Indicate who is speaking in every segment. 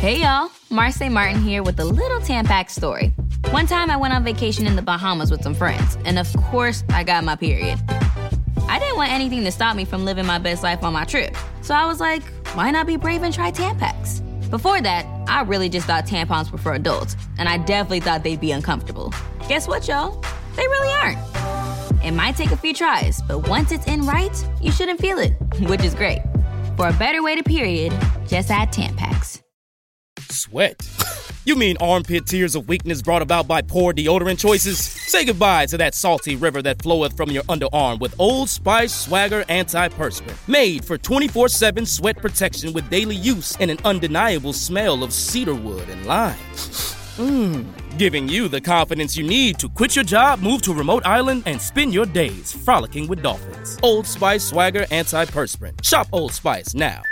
Speaker 1: Hey y'all, Marseille Martin here with a little Tampax story. One time I went on vacation in the Bahamas with some friends, and of course, I got my period. I didn't want anything to stop me from living my best life on my trip, so I was like, why not be brave and try Tampax? Before that, I really just thought tampons were for adults, and I definitely thought they'd be uncomfortable. Guess what, y'all? They really aren't. It might take a few tries, but once it's in right, you shouldn't feel it, which is great. For a better way to period, just add Tampax.
Speaker 2: Sweat? You mean armpit tears of weakness brought about by poor deodorant choices? Say goodbye to that salty river that floweth from your underarm with Old Spice Swagger Antiperspirant. Made for 24 7 sweat protection with daily use and an undeniable smell of cedarwood and lime. Mmm. Giving you the confidence you need to quit your job, move to a remote island, and spend your days frolicking with dolphins. Old Spice Swagger Antiperspirant. Shop Old Spice now.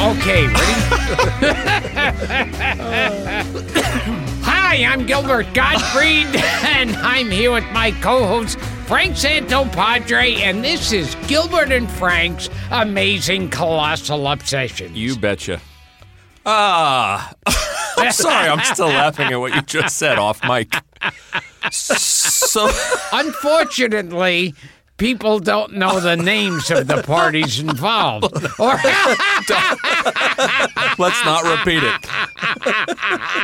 Speaker 3: Okay, ready? Hi, I'm Gilbert Gottfried, and I'm here with my co-host Frank Santopadre, and this is Gilbert and Frank's amazing colossal obsession.
Speaker 4: You betcha. Ah, I'm sorry. I'm still laughing at what you just said off mic. So,
Speaker 3: Unfortunately, people don't know the names of the parties involved. Or
Speaker 4: let's not repeat it.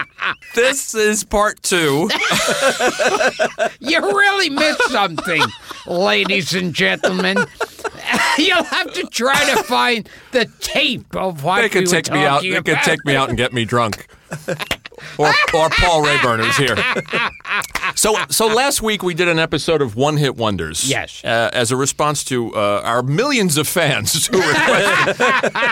Speaker 4: This is part two.
Speaker 3: you really missed something, ladies and gentlemen. You'll have to try to find the tape of what
Speaker 4: They
Speaker 3: we
Speaker 4: could
Speaker 3: were
Speaker 4: take me out.
Speaker 3: talking
Speaker 4: They could
Speaker 3: about.
Speaker 4: take me out and get me drunk. Or, or Paul Rayburn who's here. So so last week we did an episode of One Hit Wonders.
Speaker 3: Yes.
Speaker 4: Uh, as a response to uh, our millions of fans who requested,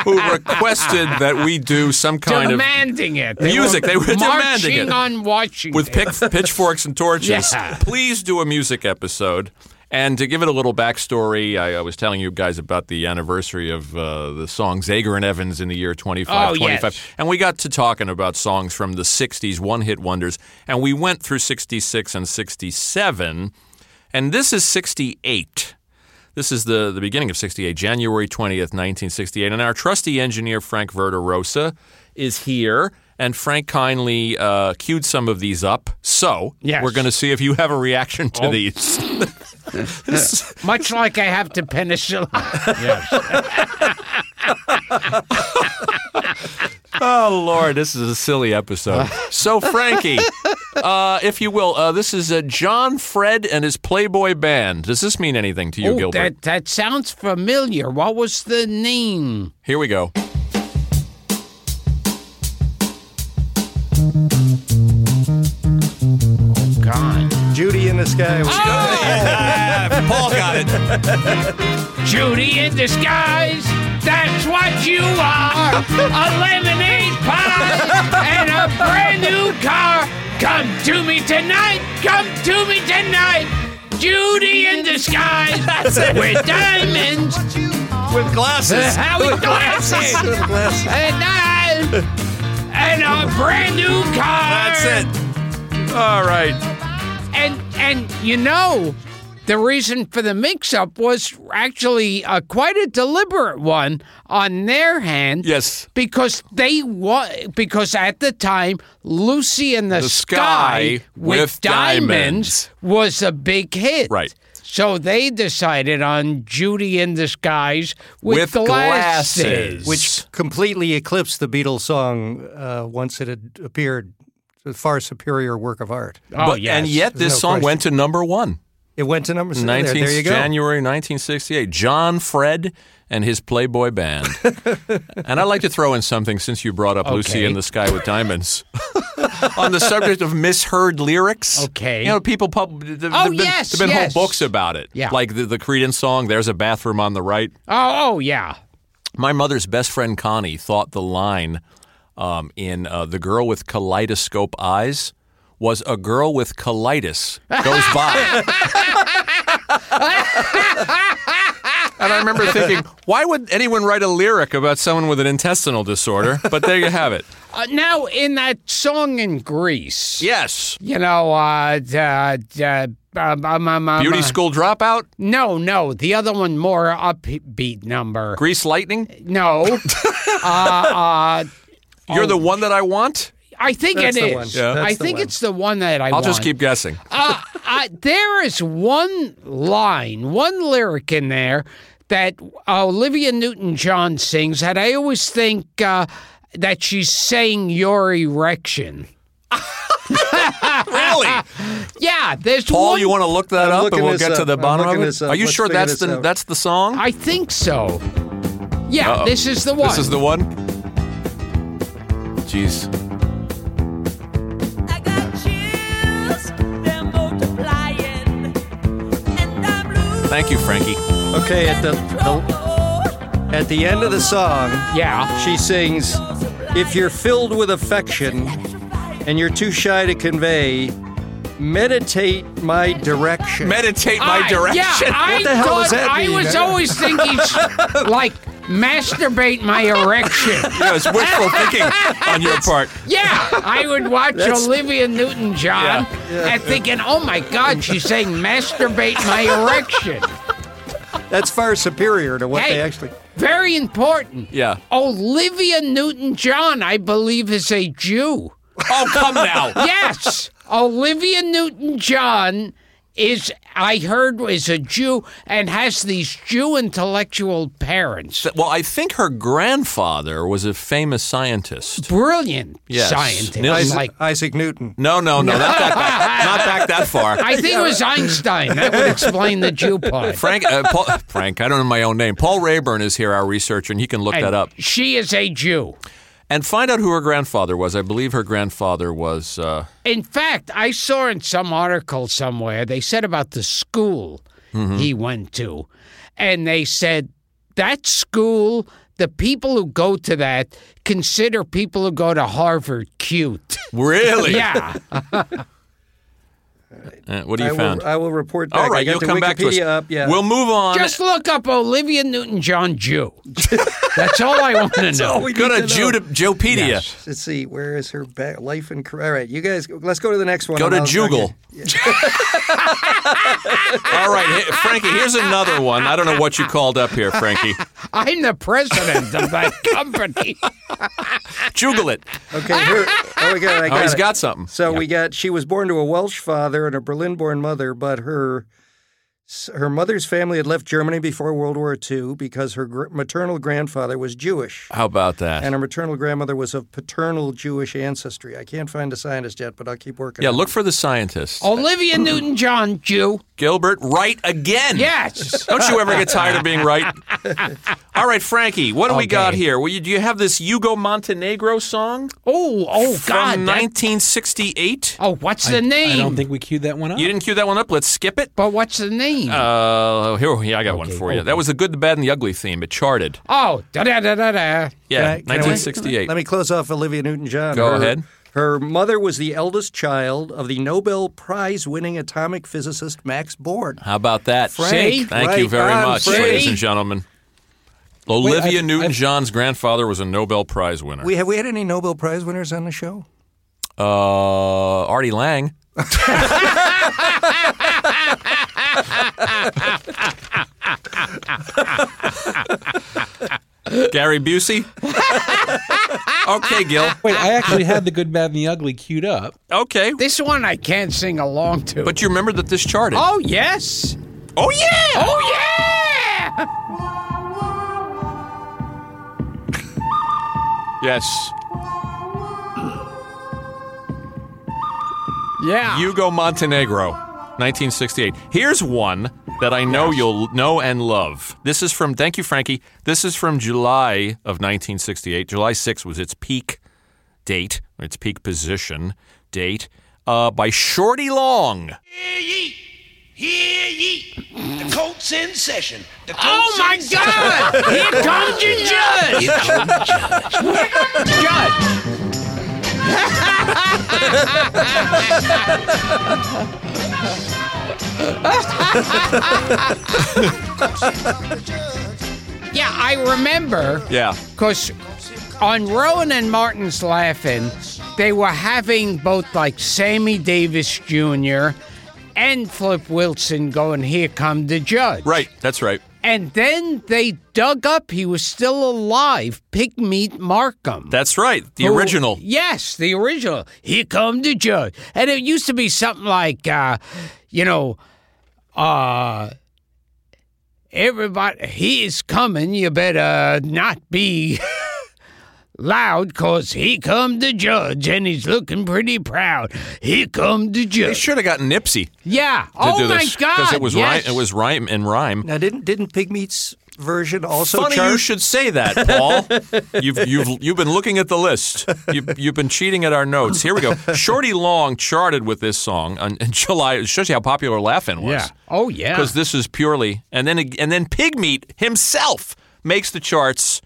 Speaker 4: who requested that we do some kind of
Speaker 3: demanding it. They
Speaker 4: Music,
Speaker 3: were
Speaker 4: they were demanding
Speaker 3: marching
Speaker 4: it.
Speaker 3: on Washington.
Speaker 4: with pick, pitchforks and torches.
Speaker 3: Yeah.
Speaker 4: Please do a music episode. And to give it a little backstory, I, I was telling you guys about the anniversary of uh, the song Zager and Evans in the year 2525.
Speaker 3: Oh, yes.
Speaker 4: And we got to talking about songs from the 60s, one hit wonders. And we went through 66 and 67. And this is 68. This is the, the beginning of 68, January 20th, 1968. And our trusty engineer, Frank Verderosa, is here. And Frank kindly uh, queued some of these up. So
Speaker 3: Yes. Oh.
Speaker 4: we're going to see if you have a reaction to these.
Speaker 3: Much like I have to penicillin.
Speaker 4: oh, Lord, this is a silly episode. so, Frankie, uh, if you will, uh, this is uh, John Fred and his Playboy Band. Does this mean anything to you,
Speaker 3: Oh,
Speaker 4: Gilbert?
Speaker 3: that, that sounds familiar. What was the name?
Speaker 4: Here we go.
Speaker 3: God.
Speaker 5: Judy in the Sky. was-
Speaker 4: Paul got it.
Speaker 3: Judy in disguise. That's what you are. a lemonade pie and a brand new car. Come to me tonight. Come to me tonight. Judy in disguise. That's it. With diamonds.
Speaker 4: With glasses.
Speaker 3: How we glasses.
Speaker 5: Glasses.
Speaker 3: and I and a brand new car.
Speaker 4: That's it. All right.
Speaker 3: And and you know, the reason for the mix-up was actually uh, quite a deliberate one on their hand.
Speaker 4: Yes.
Speaker 3: Because they wa- because at the time Lucy in the,
Speaker 4: The Sky
Speaker 3: with,
Speaker 4: with
Speaker 3: diamonds,
Speaker 4: Diamonds.
Speaker 3: was a big hit.
Speaker 4: Right.
Speaker 3: So they decided on Judy in disguise with,
Speaker 4: With glasses.
Speaker 5: Which completely eclipsed the Beatles song uh, once it had appeared. A far superior work of art.
Speaker 3: Oh
Speaker 4: But-
Speaker 3: yes.
Speaker 4: And yet this
Speaker 5: There's no
Speaker 4: song went to number one.
Speaker 5: It went to number six. There,
Speaker 4: 19th
Speaker 5: there you go.
Speaker 4: January 1968. John Fred and his Playboy Band. and I'd like to throw in something since you brought up Lucy
Speaker 3: Okay.
Speaker 4: in the Sky with Diamonds. On the subject of misheard lyrics.
Speaker 3: Okay.
Speaker 4: You know, people pub- th- th-
Speaker 3: Oh,
Speaker 4: there've been,
Speaker 3: yes,
Speaker 4: there've been
Speaker 3: yes.
Speaker 4: whole books about it.
Speaker 3: Yeah.
Speaker 4: Like the, the Credence song, There's a Bathroom on the Right.
Speaker 3: Oh, oh yeah.
Speaker 4: My mother's best friend Connie thought the line um, in uh, "The Girl with Kaleidoscope Eyes" was "A girl with colitis goes by." And I remember thinking, why would anyone write a lyric about someone with an intestinal disorder? But there you have it.
Speaker 3: Uh, now, in that song in Greece,
Speaker 4: Yes.
Speaker 3: you know, uh, d- uh, d- uh, um, um, um, um,
Speaker 4: Beauty
Speaker 3: uh,
Speaker 4: school dropout,
Speaker 3: No, no, the other one more upbeat number.
Speaker 4: Grease Lightning.
Speaker 3: No, Uh,
Speaker 4: You're
Speaker 5: Oh.
Speaker 4: the one that I want.
Speaker 3: I think
Speaker 5: That's
Speaker 3: it
Speaker 5: the
Speaker 3: is.
Speaker 5: one. Yeah. That's
Speaker 3: I
Speaker 5: the
Speaker 3: think
Speaker 5: one.
Speaker 3: it's the one that I
Speaker 4: I'll
Speaker 3: want.
Speaker 4: just keep guessing.
Speaker 3: uh, I, there is one line, one lyric in there that Olivia Newton-John sings that I always think uh, that she's saying your erection.
Speaker 4: Really?
Speaker 3: Yeah, there's
Speaker 4: Paul,
Speaker 3: one.
Speaker 4: you want to look that
Speaker 5: I'm
Speaker 4: up, and
Speaker 5: looking
Speaker 4: we'll
Speaker 5: this
Speaker 4: get to
Speaker 5: up.
Speaker 4: the
Speaker 5: I'm
Speaker 4: bottom of
Speaker 5: looking
Speaker 4: it.
Speaker 5: this up.
Speaker 4: Are you
Speaker 5: Let's
Speaker 4: sure
Speaker 5: figure
Speaker 4: that's
Speaker 5: this
Speaker 4: the
Speaker 5: out.
Speaker 4: that's the song?
Speaker 3: I think so. Yeah, this is the one.
Speaker 4: This is the one. Jeez.
Speaker 6: I got chills, they're multiplying, and I'm losing
Speaker 4: Thank you, Frankie.
Speaker 5: Okay, at the, the
Speaker 6: control.
Speaker 5: at the end of the song,
Speaker 3: yeah.
Speaker 5: she sings, "If you're filled with affection and you're too shy to convey, meditate my direction."
Speaker 4: Meditate my
Speaker 3: I-
Speaker 4: direction.
Speaker 3: Yeah, I
Speaker 5: the hell
Speaker 3: thought,
Speaker 5: does that
Speaker 3: I
Speaker 5: mean?
Speaker 3: was always thinking, sh- like, masturbate my erection.
Speaker 4: Yeah, it's wishful thinking on your part.
Speaker 3: Yeah, I would watch
Speaker 5: That's-
Speaker 3: Olivia Newton John and thinking, oh my God, she's saying masturbate my erection.
Speaker 5: That's far superior to what
Speaker 3: Hey.
Speaker 5: they actually.
Speaker 3: Very important.
Speaker 4: Yeah.
Speaker 3: Olivia Newton John, I believe, is a Jew.
Speaker 4: Oh, come now.
Speaker 3: Yes, Olivia Newton John is, I heard, is a Jew and has these Jew intellectual parents.
Speaker 4: Well, I think her grandfather was a famous scientist.
Speaker 3: Brilliant
Speaker 4: Yes.
Speaker 3: scientists.
Speaker 4: Nils-
Speaker 5: Isaac,
Speaker 3: like,
Speaker 5: Isaac Newton.
Speaker 4: No, no, no. Not that back. Not back that far.
Speaker 3: I think it was Einstein. That would explain the Jew part.
Speaker 4: Frank, uh, Paul, Frank, I don't know my own name. Paul Rayburn is here, our researcher, and he can look
Speaker 3: And
Speaker 4: that up
Speaker 3: She is a Jew.
Speaker 4: and find out who her grandfather was. I believe her grandfather was. Uh,
Speaker 3: In fact, I saw in some article somewhere they said about the school he went to, and they said that school, the people who go to that consider people who go to Harvard cute.
Speaker 4: really?
Speaker 3: yeah,
Speaker 4: Uh, what do
Speaker 5: I
Speaker 4: you
Speaker 5: will,
Speaker 4: found?
Speaker 5: I will report back.
Speaker 4: All right,
Speaker 5: I got
Speaker 4: you'll
Speaker 5: the
Speaker 4: come
Speaker 5: Wikipedia
Speaker 4: back to us.
Speaker 5: up. Yeah.
Speaker 4: We'll move on.
Speaker 3: just look up Olivia Newton-John Jew. That's all I want to know.
Speaker 5: Oh, we
Speaker 4: Go
Speaker 5: need
Speaker 4: to
Speaker 5: to know.
Speaker 4: Jude, Joepedia.
Speaker 5: Let's see. Where is her back? life and career? All right, you guys, let's go to the next one.
Speaker 4: Go
Speaker 5: and
Speaker 4: to
Speaker 5: I'll-
Speaker 4: Jugal. All right, hey, Frankie, here's another one. I don't know what you called up here, Frankie.
Speaker 3: I'm the president of that company.
Speaker 4: Jugal it.
Speaker 5: Okay, okay here. Oh, we got, I
Speaker 4: Oh,
Speaker 5: got
Speaker 4: he's
Speaker 5: it.
Speaker 4: got something.
Speaker 5: So we got she was born to a Welsh father and a Berlin-born mother, but her her mother's family had left Germany before World War II because her gr- maternal grandfather was Jewish
Speaker 4: How about that?
Speaker 5: and her maternal grandmother was of paternal Jewish ancestry. I can't find a scientist yet, but I'll keep working.
Speaker 4: Yeah,
Speaker 5: on it.
Speaker 4: look for the scientist.
Speaker 5: Oh.
Speaker 3: Olivia Newton-John Jew.
Speaker 4: Gilbert, right again.
Speaker 3: Yes.
Speaker 4: Don't you ever get tired of being right? All right, Frankie, what do we got
Speaker 3: Okay.
Speaker 4: here? Well, you, do you have this Hugo Montenegro song
Speaker 3: Oh, oh God.
Speaker 4: from
Speaker 3: that-
Speaker 4: 1968?
Speaker 3: oh, what's the name?
Speaker 7: I don't think we queued
Speaker 5: Oh,
Speaker 7: that one up.
Speaker 4: You didn't cue that one up. Let's skip it.
Speaker 3: But what's the name?
Speaker 4: Uh, here, yeah, I got one for you. That was the good, the bad, and the ugly theme. It charted.
Speaker 3: oh, da da da da da.
Speaker 5: Can
Speaker 4: Yeah,
Speaker 5: I- can I-
Speaker 4: 1968.
Speaker 5: Let me close off Olivia Newton-John.
Speaker 4: Go
Speaker 5: Her-
Speaker 4: ahead.
Speaker 5: Her mother was the eldest child of the Nobel Prize-winning atomic physicist Max Born.
Speaker 4: How about that?
Speaker 3: Frank,
Speaker 4: Thank
Speaker 5: right
Speaker 4: you very
Speaker 5: on,
Speaker 4: much,
Speaker 5: Frank.
Speaker 4: ladies and gentlemen. Olivia
Speaker 7: I-
Speaker 4: Newton John's grandfather was a Nobel Prize winner.
Speaker 5: We have we had any Nobel Prize winners on the show?
Speaker 4: uh, Artie Lang. Gary Busey. okay, Gil.
Speaker 7: Wait, I actually had the good, bad, and the ugly queued up.
Speaker 4: Okay.
Speaker 3: This one I can't sing along to.
Speaker 4: But you remember that this charted.
Speaker 3: oh yes.
Speaker 4: Oh, yeah!
Speaker 3: Oh yeah.
Speaker 4: Yes.
Speaker 3: Yeah.
Speaker 4: Hugo Montenegro, 1968. Here's one that I know you'll know and love. This is from, thank you, Frankie. This is from July of 1968. July 6th was its peak date, or its peak position date, uh, by Shorty Long.
Speaker 8: Hear ye, hear ye. The court's in session. The court's
Speaker 3: Oh my
Speaker 8: in session.
Speaker 3: God! Here comes your judge.
Speaker 8: Here comes the judge.
Speaker 3: judge. Yeah, I remember
Speaker 4: Yeah.
Speaker 3: because on Rowan and Martin's Laughing, they were having both like Sammy Davis Jr. and Flip Wilson going, Here come the judge.
Speaker 4: Right. That's right.
Speaker 3: And then they dug up, he was still alive, Pigmeat Markham.
Speaker 4: That's right. The
Speaker 3: Who-
Speaker 4: original.
Speaker 3: Oh, Yes, the original. Here come the judge. And it used to be something like, uh, you know, uh, everybody, he is coming. You better not be loud because he come the judge and he's looking pretty proud. Here come the
Speaker 4: They
Speaker 3: judge.
Speaker 4: should have gotten Nipsey to
Speaker 3: yeah. oh
Speaker 4: do
Speaker 3: my
Speaker 4: this
Speaker 3: God.
Speaker 4: it was
Speaker 3: yes.
Speaker 4: rhyme. It was rhyme and rhyme.
Speaker 5: Now, didn't didn't Pigmeat's version also
Speaker 4: Funny
Speaker 5: chart?
Speaker 4: you should say that, Paul. you've you've you've been looking at the list. You've you've been cheating at our notes. Here we go. Shorty Long charted with this song on, in July. It shows you how popular Laugh-In was.
Speaker 3: Yeah. Oh, yeah.
Speaker 4: because this is purely and then and then Pigmeat himself makes the charts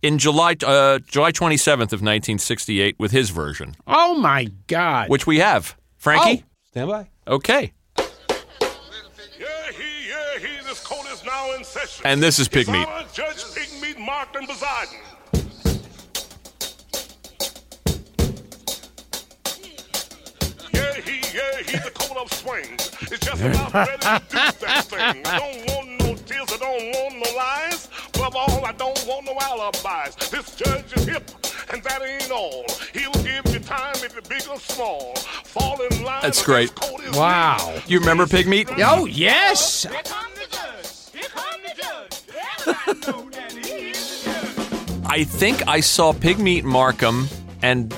Speaker 4: in July uh, July 27th of 1968 with his version,
Speaker 3: oh, my God.
Speaker 4: which we have. Frankie,
Speaker 7: Stand by.
Speaker 3: Oh.
Speaker 4: okay,
Speaker 9: Yeah, he, yeah, he, this court is now in session.
Speaker 4: and this is
Speaker 9: His
Speaker 4: Pigmeat.
Speaker 9: Honor, Judge Pigmeat Markton Poseidon. Yeah, he, yeah, he, the court of swings. It's just about ready to do that thing. I don't want no tears, I don't want no lies. Above all, I don't want no alibis. This judge is hip, and that ain't all. He'll give you time if you're big or small. Fall in line.
Speaker 4: That's
Speaker 9: or
Speaker 4: great.
Speaker 9: this court is
Speaker 3: Wow.
Speaker 4: You remember Pigmeat?
Speaker 3: Oh, yes.
Speaker 4: I think I saw Pigmeat Markham and.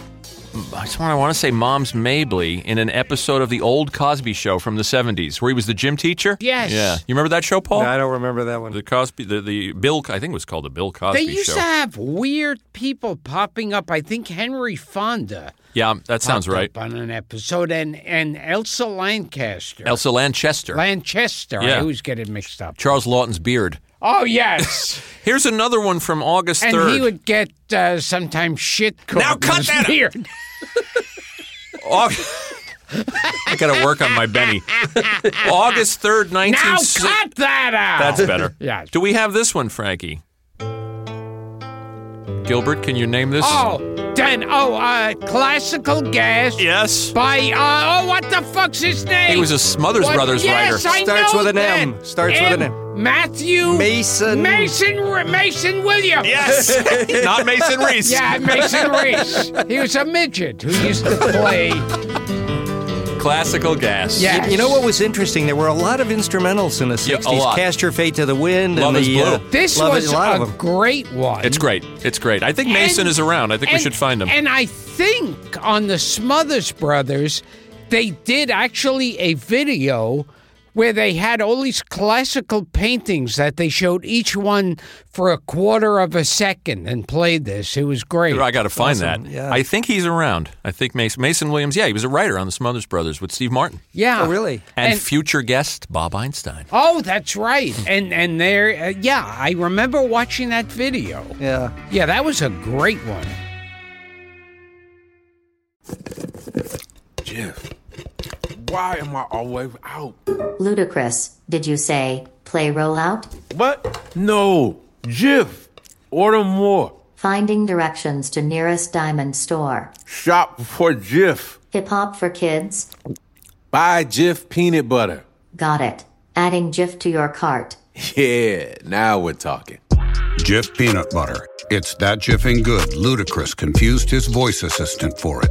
Speaker 4: I just want to want to say Mom's Mabley in an episode of the old Cosby show from the 70s where he was the gym teacher.
Speaker 3: Yes.
Speaker 4: Yeah. You remember that show, Paul?
Speaker 5: No, I don't remember that one.
Speaker 4: The Cosby, the, the Bill, I think it was called the Bill Cosby
Speaker 3: They used
Speaker 4: show.
Speaker 3: to have weird people popping up. I think Henry Fonda
Speaker 4: yeah, that sounds
Speaker 3: popped
Speaker 4: right.
Speaker 3: up on an episode, and and Elsa Lancaster,
Speaker 4: Elsa Lanchester.
Speaker 3: Lanchester. I
Speaker 4: Yeah.
Speaker 3: always get it mixed up.
Speaker 4: Charles Lawton's beard.
Speaker 3: Oh yes,
Speaker 4: Here's another one from August
Speaker 3: and
Speaker 4: 3rd.
Speaker 3: he would get uh, sometimes shit. called
Speaker 4: Now cut
Speaker 3: his
Speaker 4: that out.
Speaker 3: beard.
Speaker 4: Au- I got to work on my Benny. August 3rd, 19...
Speaker 3: Now cut that out.
Speaker 4: That's better.
Speaker 3: Yeah.
Speaker 4: Do we have this one, Frankie? Gilbert, can you name this?
Speaker 3: oh, then oh, uh, classical gas
Speaker 4: Yes.
Speaker 3: by uh, oh, what the fuck's his name?
Speaker 4: He was a Smothers
Speaker 3: What-
Speaker 4: Brothers
Speaker 3: yes,
Speaker 4: writer.
Speaker 3: I
Speaker 5: Starts
Speaker 3: know
Speaker 5: with an M.
Speaker 3: that.
Speaker 5: Starts with an M.
Speaker 3: Matthew
Speaker 5: Mason.
Speaker 3: Mason Re- Mason Williams.
Speaker 4: Yes. Not Mason Reese.
Speaker 3: Yeah, Mason Reese. He was a midget who used to play.
Speaker 4: Classical gas.
Speaker 3: Yeah.
Speaker 5: You know what was interesting? There were a lot of instrumentals in the
Speaker 4: Yeah, a
Speaker 5: 60s.
Speaker 4: lot.
Speaker 5: Cast Your Fate to the Wind.
Speaker 4: Love
Speaker 5: and
Speaker 4: Is
Speaker 5: the,
Speaker 4: Blue.
Speaker 5: uh,
Speaker 3: This
Speaker 5: Love Is-
Speaker 3: was
Speaker 5: a lot of
Speaker 3: a
Speaker 5: them.
Speaker 3: great one.
Speaker 4: It's great. It's great. I think Mason
Speaker 3: And-
Speaker 4: is around. I think we
Speaker 3: And-
Speaker 4: should find him.
Speaker 3: And I think on the Smothers Brothers, they did actually a video where they had all these classical paintings that they showed each one for a quarter of a second and played this. It was great.
Speaker 4: I got to find that.
Speaker 5: yeah.
Speaker 4: I think he's around. I think Mason, Mason Williams. Yeah, he was a writer on the Smothers Brothers with Steve Martin.
Speaker 3: Yeah.
Speaker 5: Oh, really?
Speaker 4: And,
Speaker 3: And-
Speaker 4: future guest Bob Einstein.
Speaker 3: Oh, that's right. And and there, uh, yeah, I remember watching that video.
Speaker 5: Yeah.
Speaker 3: Yeah, that was a great one.
Speaker 8: Jeff, why am I always out?
Speaker 10: Ludicrous, did you say, play rollout?
Speaker 8: What? No, Jeff, order more.
Speaker 10: Finding directions to nearest diamond store.
Speaker 8: Shop for Jeff.
Speaker 10: Hip hop for kids?
Speaker 8: Buy Jeff peanut butter.
Speaker 10: Got it. Adding GIF to your cart.
Speaker 8: Yeah, now we're talking.
Speaker 11: Jif Peanut Butter. It's that jiffing good. Ludacris confused his voice assistant for it.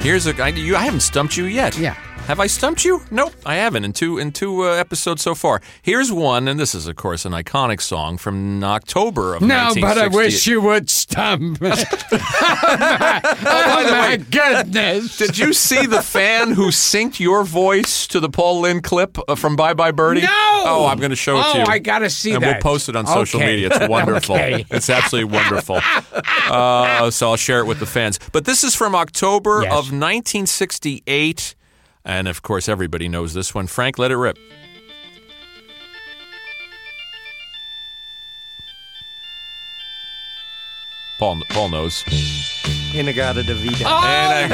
Speaker 4: Here's a I, you, I haven't stumped you yet. Yeah. Have I stumped you? Nope, I haven't in two in two uh, episodes so far. Here's one, and this is of course an iconic song from October of
Speaker 3: No, but I
Speaker 4: 1968.
Speaker 3: wish you would stump me. oh my goodness!
Speaker 4: Did you see the fan who synced your voice to the Paul Lynn clip uh, from Bye Bye Birdie?
Speaker 3: No!
Speaker 4: Oh, I'm going to show it
Speaker 3: Oh,
Speaker 4: to you.
Speaker 3: I gotta see
Speaker 4: and
Speaker 3: that.
Speaker 4: we'll post it on social
Speaker 3: Okay.
Speaker 4: media. It's wonderful.
Speaker 3: Okay.
Speaker 4: It's absolutely wonderful. Uh, so I'll share it with the fans. But this is from October of 1968. And of course, everybody knows this one. Frank, let it rip. Paul, Paul knows.
Speaker 5: Inagata de Vida.
Speaker 3: Um,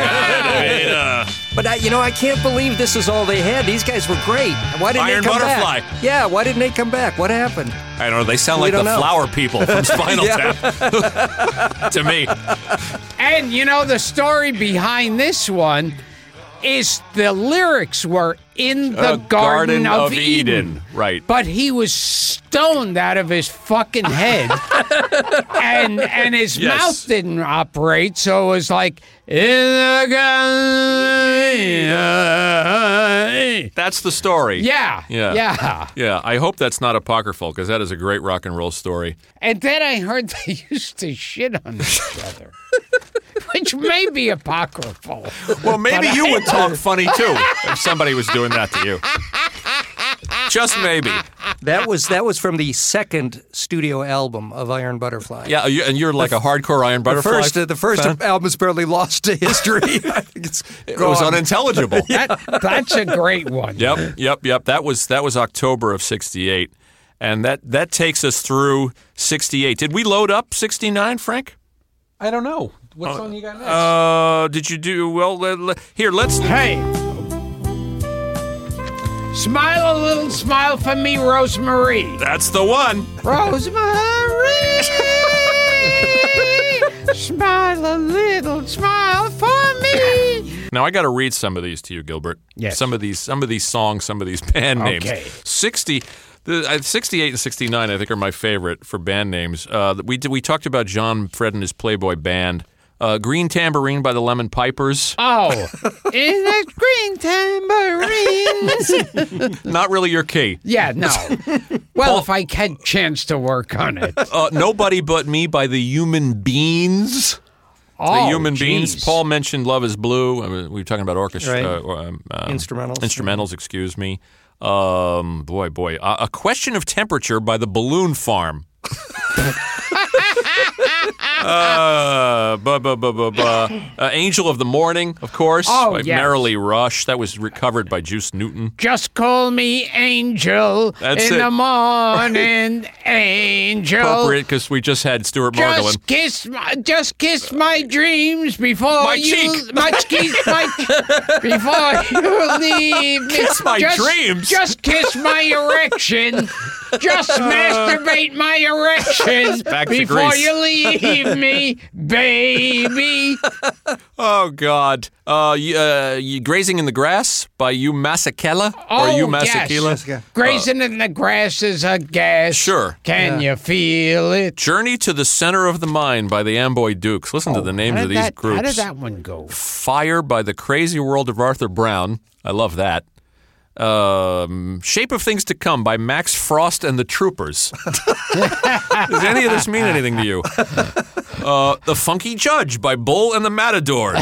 Speaker 3: Ah!
Speaker 4: Inagata
Speaker 5: But I, you know, I can't believe this is all they had. These guys were great. Why didn't
Speaker 4: Iron
Speaker 5: they come
Speaker 4: Butterfly.
Speaker 5: back? Yeah, why didn't they come back? What happened?
Speaker 4: I don't know. They sound
Speaker 5: We
Speaker 4: like the
Speaker 5: don't know.
Speaker 4: flower people from Spinal
Speaker 5: Yeah.
Speaker 4: Tap to me.
Speaker 3: And you know the story behind this one is the lyrics were in the
Speaker 4: Uh,
Speaker 3: Garden, of, Eden.
Speaker 4: Right.
Speaker 3: But he was stoned out of his fucking head, and and his
Speaker 4: Yes.
Speaker 3: mouth didn't operate, so it was like in the garden.
Speaker 4: That's the story.
Speaker 3: Yeah,
Speaker 4: Yeah.
Speaker 3: yeah.
Speaker 4: Yeah. I hope that's not apocryphal because that is a great rock and roll story.
Speaker 3: And then I heard they used to shit on each other, which may be apocryphal.
Speaker 4: Well, maybe
Speaker 3: But
Speaker 4: you
Speaker 3: I
Speaker 4: would talk
Speaker 3: heard-
Speaker 4: funny too if somebody was doing that to you. Just maybe.
Speaker 5: That was that was from the second studio album of Iron Butterfly.
Speaker 4: Yeah. you- And you're like a hardcore Iron Butterfly.
Speaker 5: The first, the first
Speaker 4: fan?
Speaker 5: album's barely lost to history. I think it's
Speaker 4: It was
Speaker 5: gone.
Speaker 4: unintelligible.
Speaker 3: That, that's a great one.
Speaker 4: Yep, yep, yep. That was that was October of '68, and that that takes us through '68. Did we load up '69, Frank?
Speaker 7: I don't know. What song you got next?
Speaker 4: Uh, did you do well? le- le- here, let's.
Speaker 3: Hey. Smile a little smile for me, Rosemary.
Speaker 4: That's the one.
Speaker 3: Rosemary. smile a little smile for me.
Speaker 4: Now I got to read some of these to you, Gilbert.
Speaker 3: Yes.
Speaker 4: Some of these, some of these songs, some of these band names.
Speaker 3: Okay.
Speaker 4: Sixty. The, uh, 68 and 69, I think, are my favorite for band names. Uh, we did, we talked about John Fred and his Playboy band. Uh, Green Tambourine by the Lemon Pipers.
Speaker 3: Oh, in a green tambourine.
Speaker 4: Not really your key.
Speaker 3: yeah, no. Well, if I had chance to work on it.
Speaker 4: Uh, Nobody But Me by the Human Beans.
Speaker 3: Oh,
Speaker 4: the Human
Speaker 3: geez.
Speaker 4: Beans. Paul mentioned Love is Blue. I mean, we were talking about orchestra.
Speaker 5: Right.
Speaker 4: uh, or, um, um,
Speaker 5: Instrumentals.
Speaker 4: Instrumentals, excuse me. Um, boy, boy. Uh, a Question of Temperature by the Balloon Farm. uh, bu- bu- bu- bu- bu. Uh, Angel of the Morning, of course,
Speaker 3: Oh,
Speaker 4: by
Speaker 3: yes.
Speaker 4: Merrily Rush. That was recovered by Juice Newton.
Speaker 3: Just call me Angel
Speaker 4: That's
Speaker 3: in
Speaker 4: it.
Speaker 3: the morning, Angel.
Speaker 4: Appropriate because we just had Stuart Margolin.
Speaker 3: Just kiss, my, just kiss my dreams before
Speaker 4: My
Speaker 3: you,
Speaker 4: cheek.
Speaker 3: my cheek, my ch- before you leave. me.
Speaker 4: Kiss my
Speaker 3: just,
Speaker 4: dreams.
Speaker 3: Just kiss my erection. Just masturbate my erection
Speaker 4: Back to
Speaker 3: before
Speaker 4: Greece.
Speaker 3: you leave me, baby.
Speaker 4: Oh God! Uh, you, uh, you grazing in the grass by you Masakela
Speaker 3: Oh,
Speaker 4: or you
Speaker 3: yes.
Speaker 4: Masakela.
Speaker 3: Grazing in the grass is a gas.
Speaker 4: Sure.
Speaker 3: Can you feel it?
Speaker 4: Journey to the Center of the Mind by the Amboy Dukes. Listen to the names
Speaker 3: Oh, how
Speaker 4: of
Speaker 3: did
Speaker 4: these
Speaker 3: that,
Speaker 4: groups.
Speaker 3: How did that one go?
Speaker 4: Fire by the Crazy World of Arthur Brown. I love that. Um, Shape of Things to Come by Max Frost and the Troopers. Does any of this mean anything to you? Uh, the Funky Judge by Bull and the Matadors.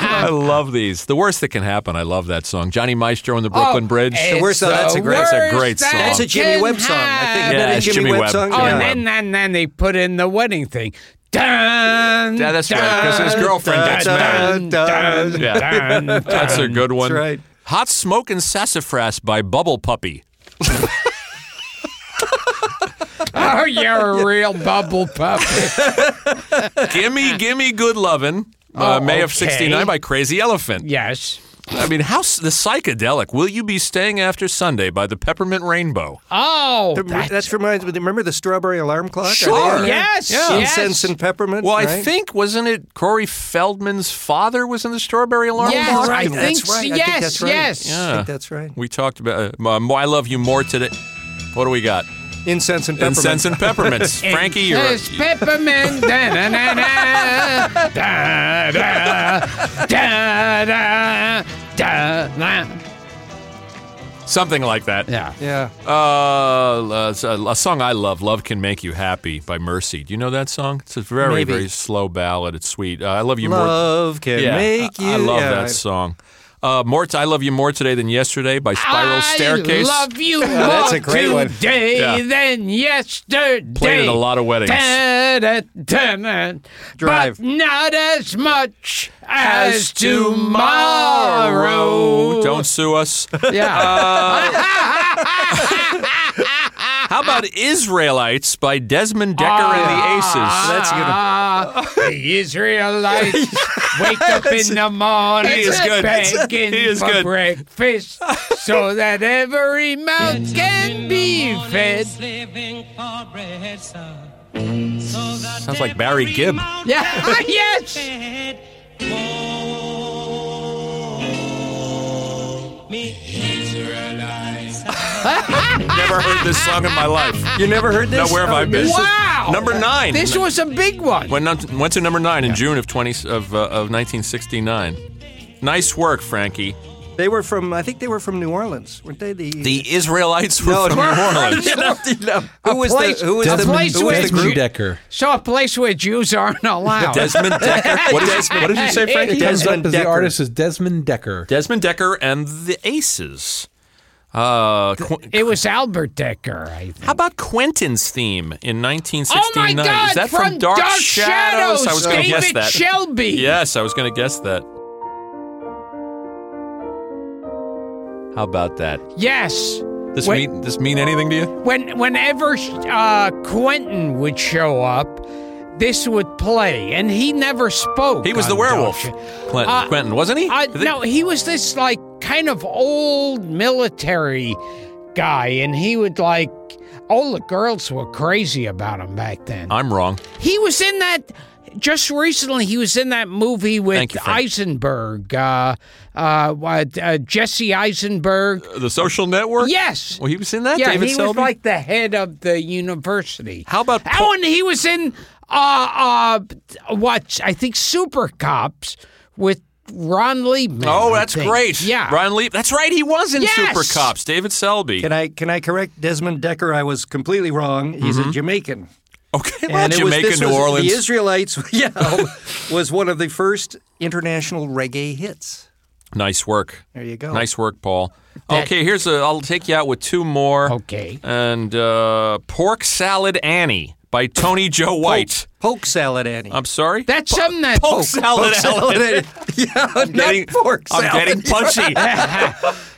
Speaker 4: I love these. The worst that can happen. I love that song. Johnny Maestro and the
Speaker 3: Oh,
Speaker 4: Brooklyn Bridge.
Speaker 5: The worst, though, that's a great,
Speaker 4: That's a great song.
Speaker 5: That's a Jimmy Webb song. I think
Speaker 4: Yeah,
Speaker 5: Isn't that a
Speaker 4: it's Jimmy Webb.
Speaker 5: song.
Speaker 4: Oh,
Speaker 5: Yeah.
Speaker 4: and
Speaker 3: And then, then they put in the wedding thing. Dun,
Speaker 4: Yeah, that's right, 'cause his girlfriend gets
Speaker 3: dun,
Speaker 4: mad.
Speaker 3: Dun, dun,
Speaker 4: Yeah.
Speaker 3: dun,
Speaker 4: That's a
Speaker 3: dun.
Speaker 4: good one.
Speaker 5: That's right.
Speaker 4: Hot Smoke and Sassafras by Bubble Puppy.
Speaker 3: Oh, you're a real bubble puppy.
Speaker 4: gimme, gimme good lovin'. uh,
Speaker 3: Oh,
Speaker 4: May of
Speaker 3: okay.
Speaker 4: 69 by Crazy Elephant.
Speaker 3: Yes.
Speaker 4: I mean, how s- the psychedelic Will You Be Staying After Sunday by the Peppermint Rainbow.
Speaker 3: Oh,
Speaker 5: The-
Speaker 3: that-
Speaker 5: that's reminds me. Remember the strawberry alarm clock? Are they
Speaker 4: Sure.
Speaker 5: on there?
Speaker 3: Yes, Yeah. yes.
Speaker 5: Incense and peppermint.
Speaker 4: Well, I
Speaker 5: right?
Speaker 4: think wasn't it Corey Feldman's father was in the Strawberry Alarm
Speaker 3: Yes,
Speaker 4: Clock?
Speaker 3: I
Speaker 5: That's
Speaker 3: think
Speaker 5: right.
Speaker 3: so.
Speaker 5: I think
Speaker 3: Yes,
Speaker 5: that's right.
Speaker 3: yes.
Speaker 5: I think that's right.
Speaker 4: We talked about uh, um, I love you more today. What do we got?
Speaker 5: Incense and peppermint.
Speaker 4: Incense and peppermints. Frankie, you're
Speaker 3: There's peppermint. da, na, na, na, da, da, da, da, da, na.
Speaker 4: something like that.
Speaker 3: Yeah.
Speaker 5: Yeah.
Speaker 4: Uh, a, a song I love, "Love Can Make You Happy" by Mercy. Do you know that song? It's a very,
Speaker 5: Maybe.
Speaker 4: very slow ballad. It's sweet. Uh, I love you more.
Speaker 5: Love can
Speaker 4: yeah,
Speaker 5: make
Speaker 4: I-
Speaker 5: you.
Speaker 4: I love
Speaker 5: yeah,
Speaker 4: that song. Uh, more, t- I love you more today than yesterday by Spiral
Speaker 3: I
Speaker 4: Staircase.
Speaker 3: love you more
Speaker 5: that's a great one.
Speaker 3: today
Speaker 4: Yeah.
Speaker 3: than yesterday.
Speaker 4: Played at a lot of weddings.
Speaker 3: Da, da, da, da.
Speaker 5: Drive.
Speaker 3: But not as much as,
Speaker 4: As
Speaker 3: tomorrow.
Speaker 4: Don't sue us.
Speaker 3: Yeah.
Speaker 4: How about Israelites by Desmond Decker and the Aces?
Speaker 5: Ah. That's good.
Speaker 3: Ah, the Israelites wake up in the morning
Speaker 4: He is good.
Speaker 3: begging
Speaker 4: He is
Speaker 3: for
Speaker 4: good.
Speaker 3: breakfast so that every mouth can be fed.
Speaker 4: Sounds like Barry Gibb.
Speaker 3: Yeah, yes.
Speaker 4: Never heard this song in my life.
Speaker 5: You never heard this?
Speaker 4: Now, where have I been?
Speaker 3: Wow.
Speaker 4: Number nine.
Speaker 3: This was a big one.
Speaker 4: Went, on- went to number nine in June of twenty of uh, of nineteen sixty nine. Nice work, Frankie.
Speaker 5: They were from. I think they were from New Orleans, weren't they? The,
Speaker 4: The Israelites were
Speaker 5: Oh,
Speaker 4: from New Orleans.
Speaker 5: who was
Speaker 3: place-
Speaker 5: the who was
Speaker 3: a
Speaker 5: the
Speaker 3: place
Speaker 5: who was
Speaker 3: where-
Speaker 5: the group?
Speaker 7: Decker.
Speaker 3: So a place where Jews aren't allowed.
Speaker 4: Desmond Decker. What did, you, what did you say, Frankie?
Speaker 7: Comes up
Speaker 5: Desmond
Speaker 7: as the
Speaker 5: Decker.
Speaker 7: artist is Desmond Decker.
Speaker 4: Desmond Decker and the Aces. Uh, Qu-
Speaker 3: it was Albert Decker, I think.
Speaker 4: how about Quentin's theme in 1969?
Speaker 3: Oh my God!
Speaker 4: Is that from, Dark, Shadows? I was going to
Speaker 3: David
Speaker 4: guess that.
Speaker 3: Shelby.
Speaker 4: Yes, I was going to guess that. How about that?
Speaker 3: Yes.
Speaker 4: This
Speaker 3: Wait.
Speaker 4: mean this mean anything to you?
Speaker 3: When whenever uh, Quentin would show up, this would play, and he never spoke.
Speaker 4: He was the
Speaker 3: on
Speaker 4: werewolf.
Speaker 3: Dodge.
Speaker 4: Quentin,
Speaker 3: Uh,
Speaker 4: Quentin wasn't he?
Speaker 3: Uh,
Speaker 4: I think-
Speaker 3: no, he was this like kind of old military guy, and he would like all the girls were crazy about him back then.
Speaker 4: I'm wrong.
Speaker 3: he was in that. Just recently, he was in that movie with
Speaker 4: Thank you, Frank.
Speaker 3: Eisenberg, uh, uh, what, uh, Jesse Eisenberg.
Speaker 4: The Social Network.
Speaker 3: Yes.
Speaker 4: Uh, Well, he was in that.
Speaker 3: Yeah,
Speaker 4: David
Speaker 3: he was
Speaker 4: Selby?
Speaker 3: like the head of the university.
Speaker 4: How about
Speaker 3: Oh, and he was in uh uh what I think Super Cops with Ron Liebman.
Speaker 4: Oh,
Speaker 3: I
Speaker 4: that's
Speaker 3: think.
Speaker 4: great.
Speaker 3: Yeah.
Speaker 4: Ryan Leap. That's right. He was in
Speaker 3: Yes!
Speaker 4: Super Cops. David Selby.
Speaker 5: Can I can I correct Desmond Decker? I was completely wrong. He's a Jamaican.
Speaker 4: okay. Mm-hmm. Well,
Speaker 5: it was-
Speaker 4: Jamaica,
Speaker 5: this
Speaker 4: New
Speaker 5: was-
Speaker 4: Orleans.
Speaker 5: The Israelites, yeah, was one of the first international reggae hits.
Speaker 4: nice work.
Speaker 5: There you go.
Speaker 4: Nice work, Paul. okay, here's a. I'll take you out with two more.
Speaker 3: Okay.
Speaker 4: And uh, pork salad Annie by Tony
Speaker 5: Oh.
Speaker 4: Joe White.
Speaker 5: Poke salad, Annie.
Speaker 4: I'm sorry.
Speaker 3: That's something that
Speaker 5: oh,
Speaker 4: Poke salad, Annie.
Speaker 5: yeah, not
Speaker 4: Getting-
Speaker 5: pork salad.
Speaker 4: I'm getting punchy.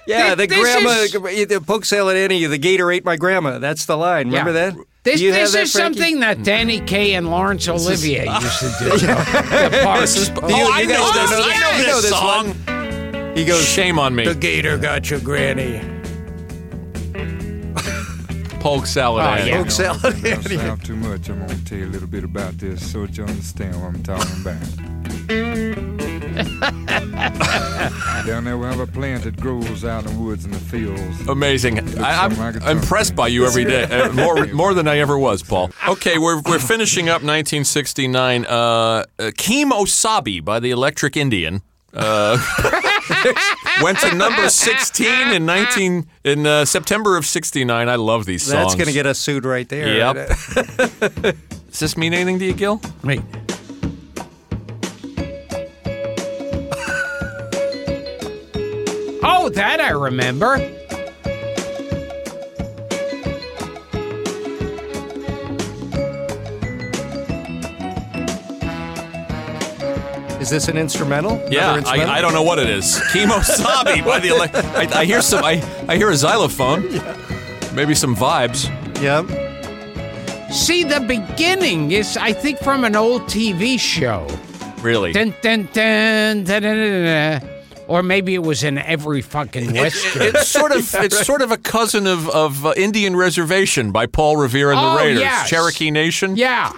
Speaker 5: yeah, the
Speaker 3: This-
Speaker 5: grandma,
Speaker 3: this
Speaker 5: the poke salad, Annie. The gator ate my grandma. That's the line.
Speaker 3: Yeah.
Speaker 5: Remember that?
Speaker 3: This,
Speaker 5: Do you have
Speaker 3: this
Speaker 5: that,
Speaker 3: is
Speaker 5: Frankie?
Speaker 3: something that Danny Kaye and Lawrence Olivier used to do. The parts.
Speaker 4: oh,
Speaker 5: you-
Speaker 4: I
Speaker 5: you guys
Speaker 4: know
Speaker 5: don't
Speaker 4: this.
Speaker 5: know
Speaker 4: I know
Speaker 5: this. You
Speaker 4: this,
Speaker 5: know this
Speaker 4: song.
Speaker 5: He goes.
Speaker 4: Shame on me.
Speaker 5: The gator got your granny.
Speaker 4: Pork salad
Speaker 3: Oh,
Speaker 4: Annie.
Speaker 3: yeah.
Speaker 5: Poke salad,
Speaker 12: Don't
Speaker 5: Annie.
Speaker 12: sound too much. I'm gonna tell you a little bit about this so that you understand what I'm talking about. Down there we have a plant that grows out in the woods and the fields.
Speaker 4: Amazing. I,
Speaker 12: something I could
Speaker 4: I'm
Speaker 12: talk
Speaker 4: impressed by you every day, uh, more more than I ever was, Paul. Okay, we're we're finishing up 1969. Uh, uh, Keem Osabi by the Electric Indian. Uh, went to number 16 in 19 in uh, September of 69. I love these songs.
Speaker 5: That's going to get us sued right there.
Speaker 4: Yep. Does this mean anything to you, Gil?
Speaker 3: Wait. Oh, that I remember.
Speaker 5: Is this an instrumental? Another
Speaker 4: Yeah,
Speaker 5: instrumental?
Speaker 4: I, I don't know what it is. Chemo Sabi by the elect. I, I hear some. I, I hear a xylophone. Maybe some vibes.
Speaker 5: Yeah.
Speaker 3: See, the beginning is, I think, from an old TV show.
Speaker 4: Really?
Speaker 3: Dun, dun, dun, dun, dun, dun, dun. Or maybe it was in every fucking
Speaker 4: It-
Speaker 3: western.
Speaker 4: it's sort of it's sort of a cousin of, of uh, Indian Reservation by Paul Revere and
Speaker 3: Oh,
Speaker 4: the Raiders,
Speaker 3: yes.
Speaker 4: Cherokee Nation.
Speaker 3: Yeah.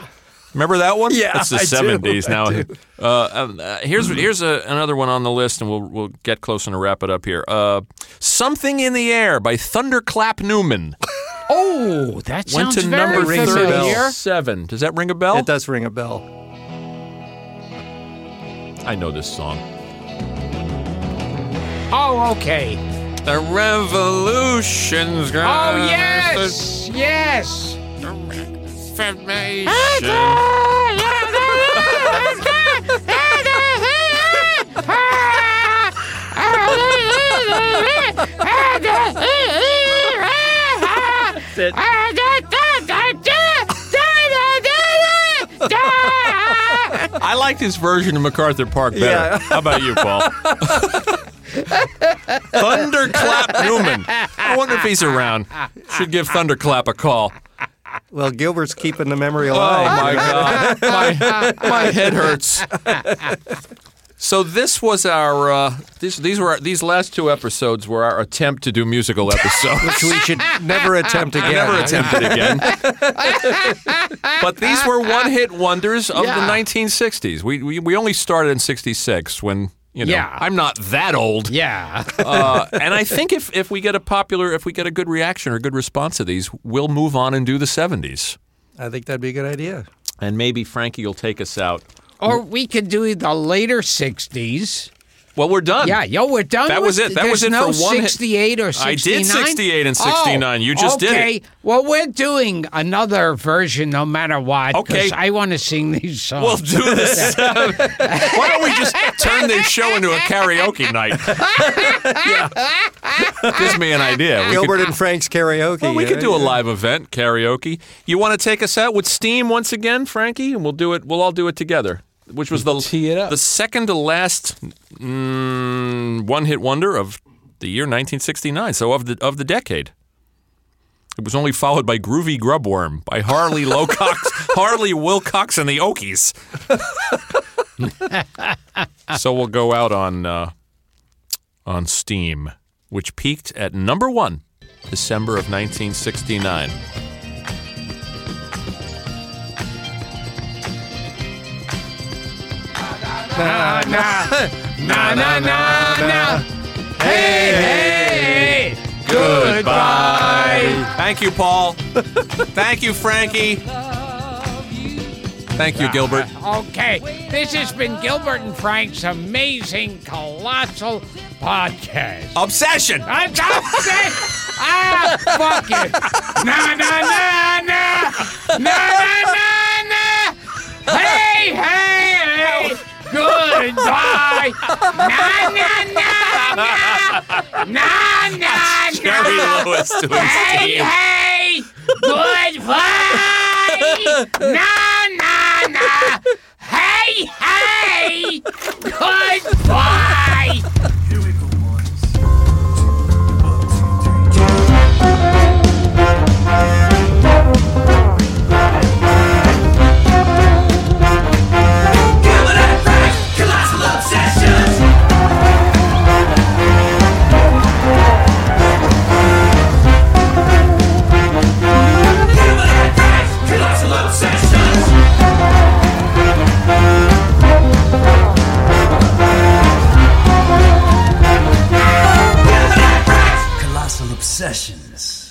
Speaker 4: Remember that one?
Speaker 3: Yeah,
Speaker 4: it's the
Speaker 3: I do,
Speaker 4: seventies
Speaker 3: I
Speaker 4: now.
Speaker 3: do.
Speaker 4: Uh, um, uh, here's here's a, another one on the list, and we'll we'll get close and wrap it up here. Uh, Something in the air by Thunderclap Newman
Speaker 3: Oh, that
Speaker 4: went
Speaker 3: sounds
Speaker 4: to
Speaker 3: very
Speaker 4: number
Speaker 3: familiar.
Speaker 4: thirty-seven. Does that ring a bell?
Speaker 5: It does ring a bell.
Speaker 4: I know this song.
Speaker 3: Oh, okay.
Speaker 4: The revolution's
Speaker 3: Oh,
Speaker 4: gonna.
Speaker 3: yes. Yes.
Speaker 4: I liked his version of MacArthur Park better.
Speaker 3: Yeah.
Speaker 4: How about you, Paul? Thunderclap Newman. I wonder if he's around. Should give Thunderclap a call.
Speaker 5: Well, Gilbert's keeping the memory
Speaker 4: Oh
Speaker 5: alive.
Speaker 4: my God, my, my head hurts. So this was our uh, these these were our, these last two episodes were our attempt to do musical episodes,
Speaker 5: Which we should never attempt again.
Speaker 4: Never attempt it again. but these were one-hit wonders of
Speaker 3: Yeah.
Speaker 4: the 1960s. We, we we only started in '66 when you know
Speaker 3: Yeah.
Speaker 4: I'm not that old.
Speaker 3: Yeah.
Speaker 4: Uh, and I think if if we get a popular, if we get a good reaction or good response to these, we'll move on and do the '70s.
Speaker 5: I think that'd be a good idea.
Speaker 4: And maybe Frankie will take us out.
Speaker 3: Or we could do the later 60s.
Speaker 4: Well, we're done.
Speaker 3: Yeah, yo, we're done.
Speaker 4: That
Speaker 3: with-
Speaker 4: was it. That was
Speaker 3: there's
Speaker 4: it
Speaker 3: no
Speaker 4: for one hit.
Speaker 3: 68 or
Speaker 4: I
Speaker 3: 69.
Speaker 4: did 68 and 69.
Speaker 3: Oh,
Speaker 4: You just did it.
Speaker 3: okay. Well, we're doing another version no matter what. 'cause
Speaker 4: Okay.
Speaker 3: I want to sing these songs.
Speaker 4: We'll do this. Why don't we just turn this show into a karaoke night? Gives me an idea. We could-
Speaker 5: Gilbert and Frank's karaoke. eh?
Speaker 4: Well, we could
Speaker 5: yeah.
Speaker 4: do a live event, karaoke. You want to take us out with Steam once again, Frankie, and we'll do it. We'll all do it together. Which was the the second to last mm, one hit wonder of the year 1969. So of the of the decade. It was only followed by Groovy Grubworm by Harley Locox, Harley Wilcox and the Okies. so we'll go out on uh, on Steam, which peaked at number one, December of 1969.
Speaker 3: Na, na, na, na, na, na. Hey, hey. Goodbye.
Speaker 4: Thank you, Paul. Thank you, Frankie. Thank you, Gilbert.
Speaker 3: Okay, this has been Gilbert and Frank's amazing, colossal podcast.
Speaker 4: Obsession.
Speaker 3: I'm upset. ah, fuck it. Na na na na na na na na. Hey hey. hey. Goodbye. Na na na na na na.
Speaker 4: Jerry Lewis to his
Speaker 3: Hey
Speaker 4: team.
Speaker 3: hey. Goodbye. Na na na. Hey hey. Goodbye.
Speaker 13: Colossal Obsessions.